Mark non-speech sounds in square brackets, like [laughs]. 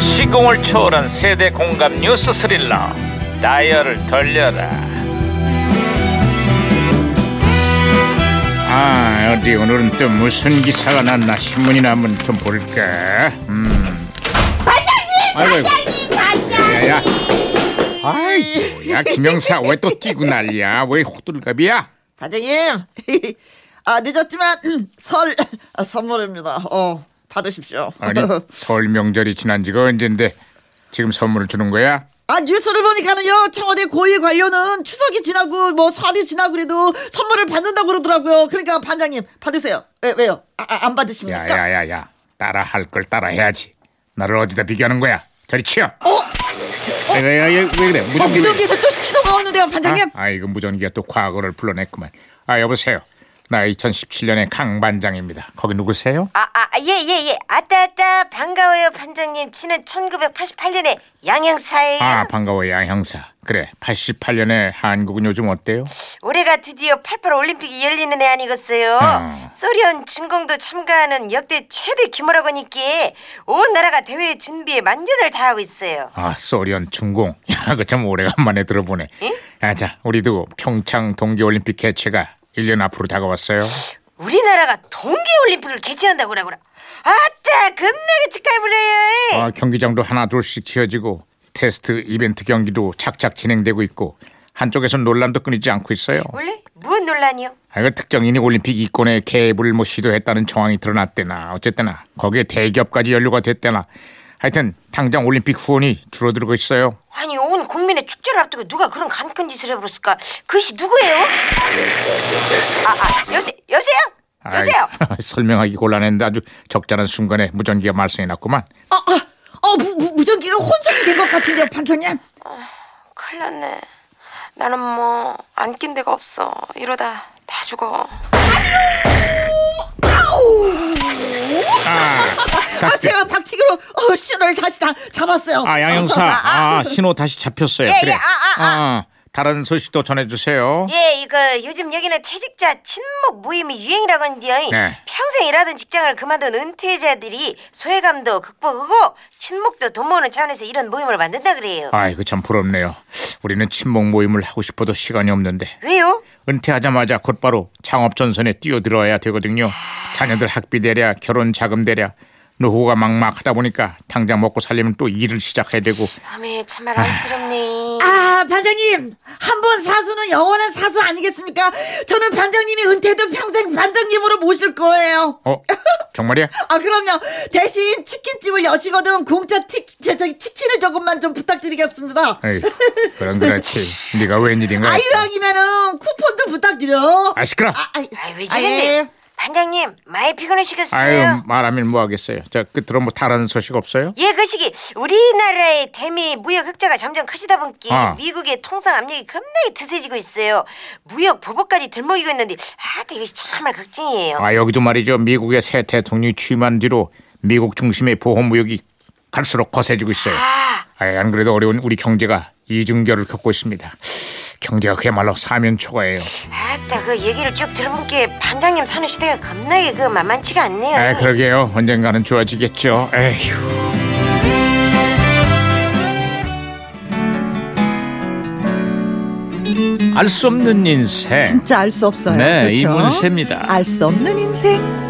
시공을 초월한 세대 공감 뉴스 스릴러 다이얼을 돌려라 아 어디 오늘은 또 무슨 기사가 났나 신문이나 한번 좀 볼까 음 아이고 아이고 야야 아이 뭐야 김영사 왜 또 뛰고 난리야 왜 호들갑이야 반장님 [laughs] 아 늦었지만 음, 설 아, 선물입니다 어 받으십시오 [laughs] 아니 네. 설 명절이 지난 지가 언젠데 지금 선물을 주는 거야? 아 뉴스를 보니까는요 청와대 고위 관료는 추석이 지나고 뭐 설이 지나고 그래도 선물을 받는다고 그러더라고요 그러니까 반장님 받으세요 왜, 왜요 아, 아, 안 받으십니까 야야야야 따라 할 걸 따라 해야지 나를 어디다 비교하는 거야 저리 치여 어? 내가 야, 야, 왜 그래 어 무전기 왜- 무전기에서 또 신호가 오는데요 반장님 아, 이거 무전기가 또 과거를 불러냈구만 아 여보세요 나 2017년의 강 반장입니다 거기 누구세요? 아, 아, 예, 예, 예. 아따, 아따, 반가워요, 반장님. 지난 1988년에 양양사에 아 반가워요 양 형사 그래 88년에 한국은 요즘 어때요? 올해가 드디어 88 올림픽이 열리는 해 아니겠어요? 음. 소련 중공도 참가하는 역대 최대 규모라고 하니까 온 나라가 대회 준비에 만전을 다하고 있어요. 아 소련 중공 [laughs] 야 그 참 오래간만에 들어보네 아자 우리도 평창 동계올림픽 개최가 1년 앞으로 다가왔어요 우리나라가 동계올림픽을 개최한다고 그러구나. 아따, 겁나게 축하해 불러요. 아, 경기장도 하나 둘씩 지어지고 테스트 이벤트 경기도 착착 진행되고 있고 한쪽에선 논란도 끊이지 않고 있어요. 원래 뭔 논란이요? 아, 이거 특정인이 올림픽 이권에 개입을 뭐 시도했다는 정황이 드러났대나 어쨌거나 거기에 대기업까지 연루가 됐대나 하여튼 당장 올림픽 후원이 줄어들고 있어요. 아니 온 국민의 축제를 앞두고 누가 그런 간큰 짓을 해버렸을까? 그것이 누구예요? 아아 여보세 여보세요 아이, 여보세요. [laughs] 설명하기 곤란했는데 아주 적절한 순간에 무전기가 말썽이 났구만. 어, 어, 어 무, 무, 무전기가 혼선이 된 것 같은데요 반장님 큰일 났네. 나는 뭐 안 낀 데가 없어. 이러다 다 죽어. 아, 아 제가 박치기로 어, 신호를 다시 다 잡았어요 아, 양 형사. 아, 신호 다시 잡혔어요. 예, 그래. 예, 아, 아, 아, 다른 소식도 전해주세요. 예 이거 요즘 여기는 퇴직자 친목 모임이 유행이라고 하는데요. 네. 평생 일하던 직장을 그만둔 은퇴자들이 소외감도 극복하고 친목도 돈 모으는 차원에서 이런 모임을 만든다 그래요. 아이고 참 부럽네요. 우리는 친목 모임을 하고 싶어도 시간이 없는데 왜요? 은퇴하자마자 곧바로 창업 전선에 뛰어들어야 되거든요. 자녀들 학비 대랴 결혼 자금 대랴 노후가 막막하다 보니까 당장 먹고 살려면 또 일을 시작해야 되고 마음이 참말 어. 안쓰럽네. 아 반장님 한 번 사수는 영원한 사수 아니겠습니까? 저는 반장님이 은퇴도 평생 반장님으로 모실 거예요. 어 정말이야? 아 그럼요 대신 치킨집을 여시거든 공짜 티, 제, 저기 치킨을 조금만 좀 부탁드리겠습니다. 에이, 그럼 그렇지. 네가 웬일인가? 아이왕이면은 쿠폰도 부탁드려. 아 시끄러. 아, 이 아왜 아, 저런데 예. 반장님 많이 피곤하시겠어요. 아유 말하면 뭐하겠어요. 자 끝으로 뭐 다른 소식 없어요? 예, 그 시기 우리나라의 대미 무역 흑자가 점점 커지다 보니 아. 미국의 통상 압력이 겁나게 드세지고 있어요. 무역 보복까지 들먹이고 있는데 아, 이것이 정말 걱정이에요. 아 여기도 말이죠. 미국의 새 대통령이 취임한 뒤로 미국 중심의 보호 무역이 갈수록 거세지고 있어요. 아, 아이, 안 그래도 어려운 우리 경제가 이중결을 겪고 있습니다. 경제가 그야말로 사면초가예요. 아따 그 얘기를 쭉 들어보니까 반장님 사는 시대가 겁나게 그 만만치가 않네요. 아, 그러게요. 언젠가는 좋아지겠죠. 에휴. 알 수 없는 인생. 진짜 알 수 없어요. 네, 그렇죠? 네, 그렇죠? 이문세입니다. 아, 알 수 없는 인생.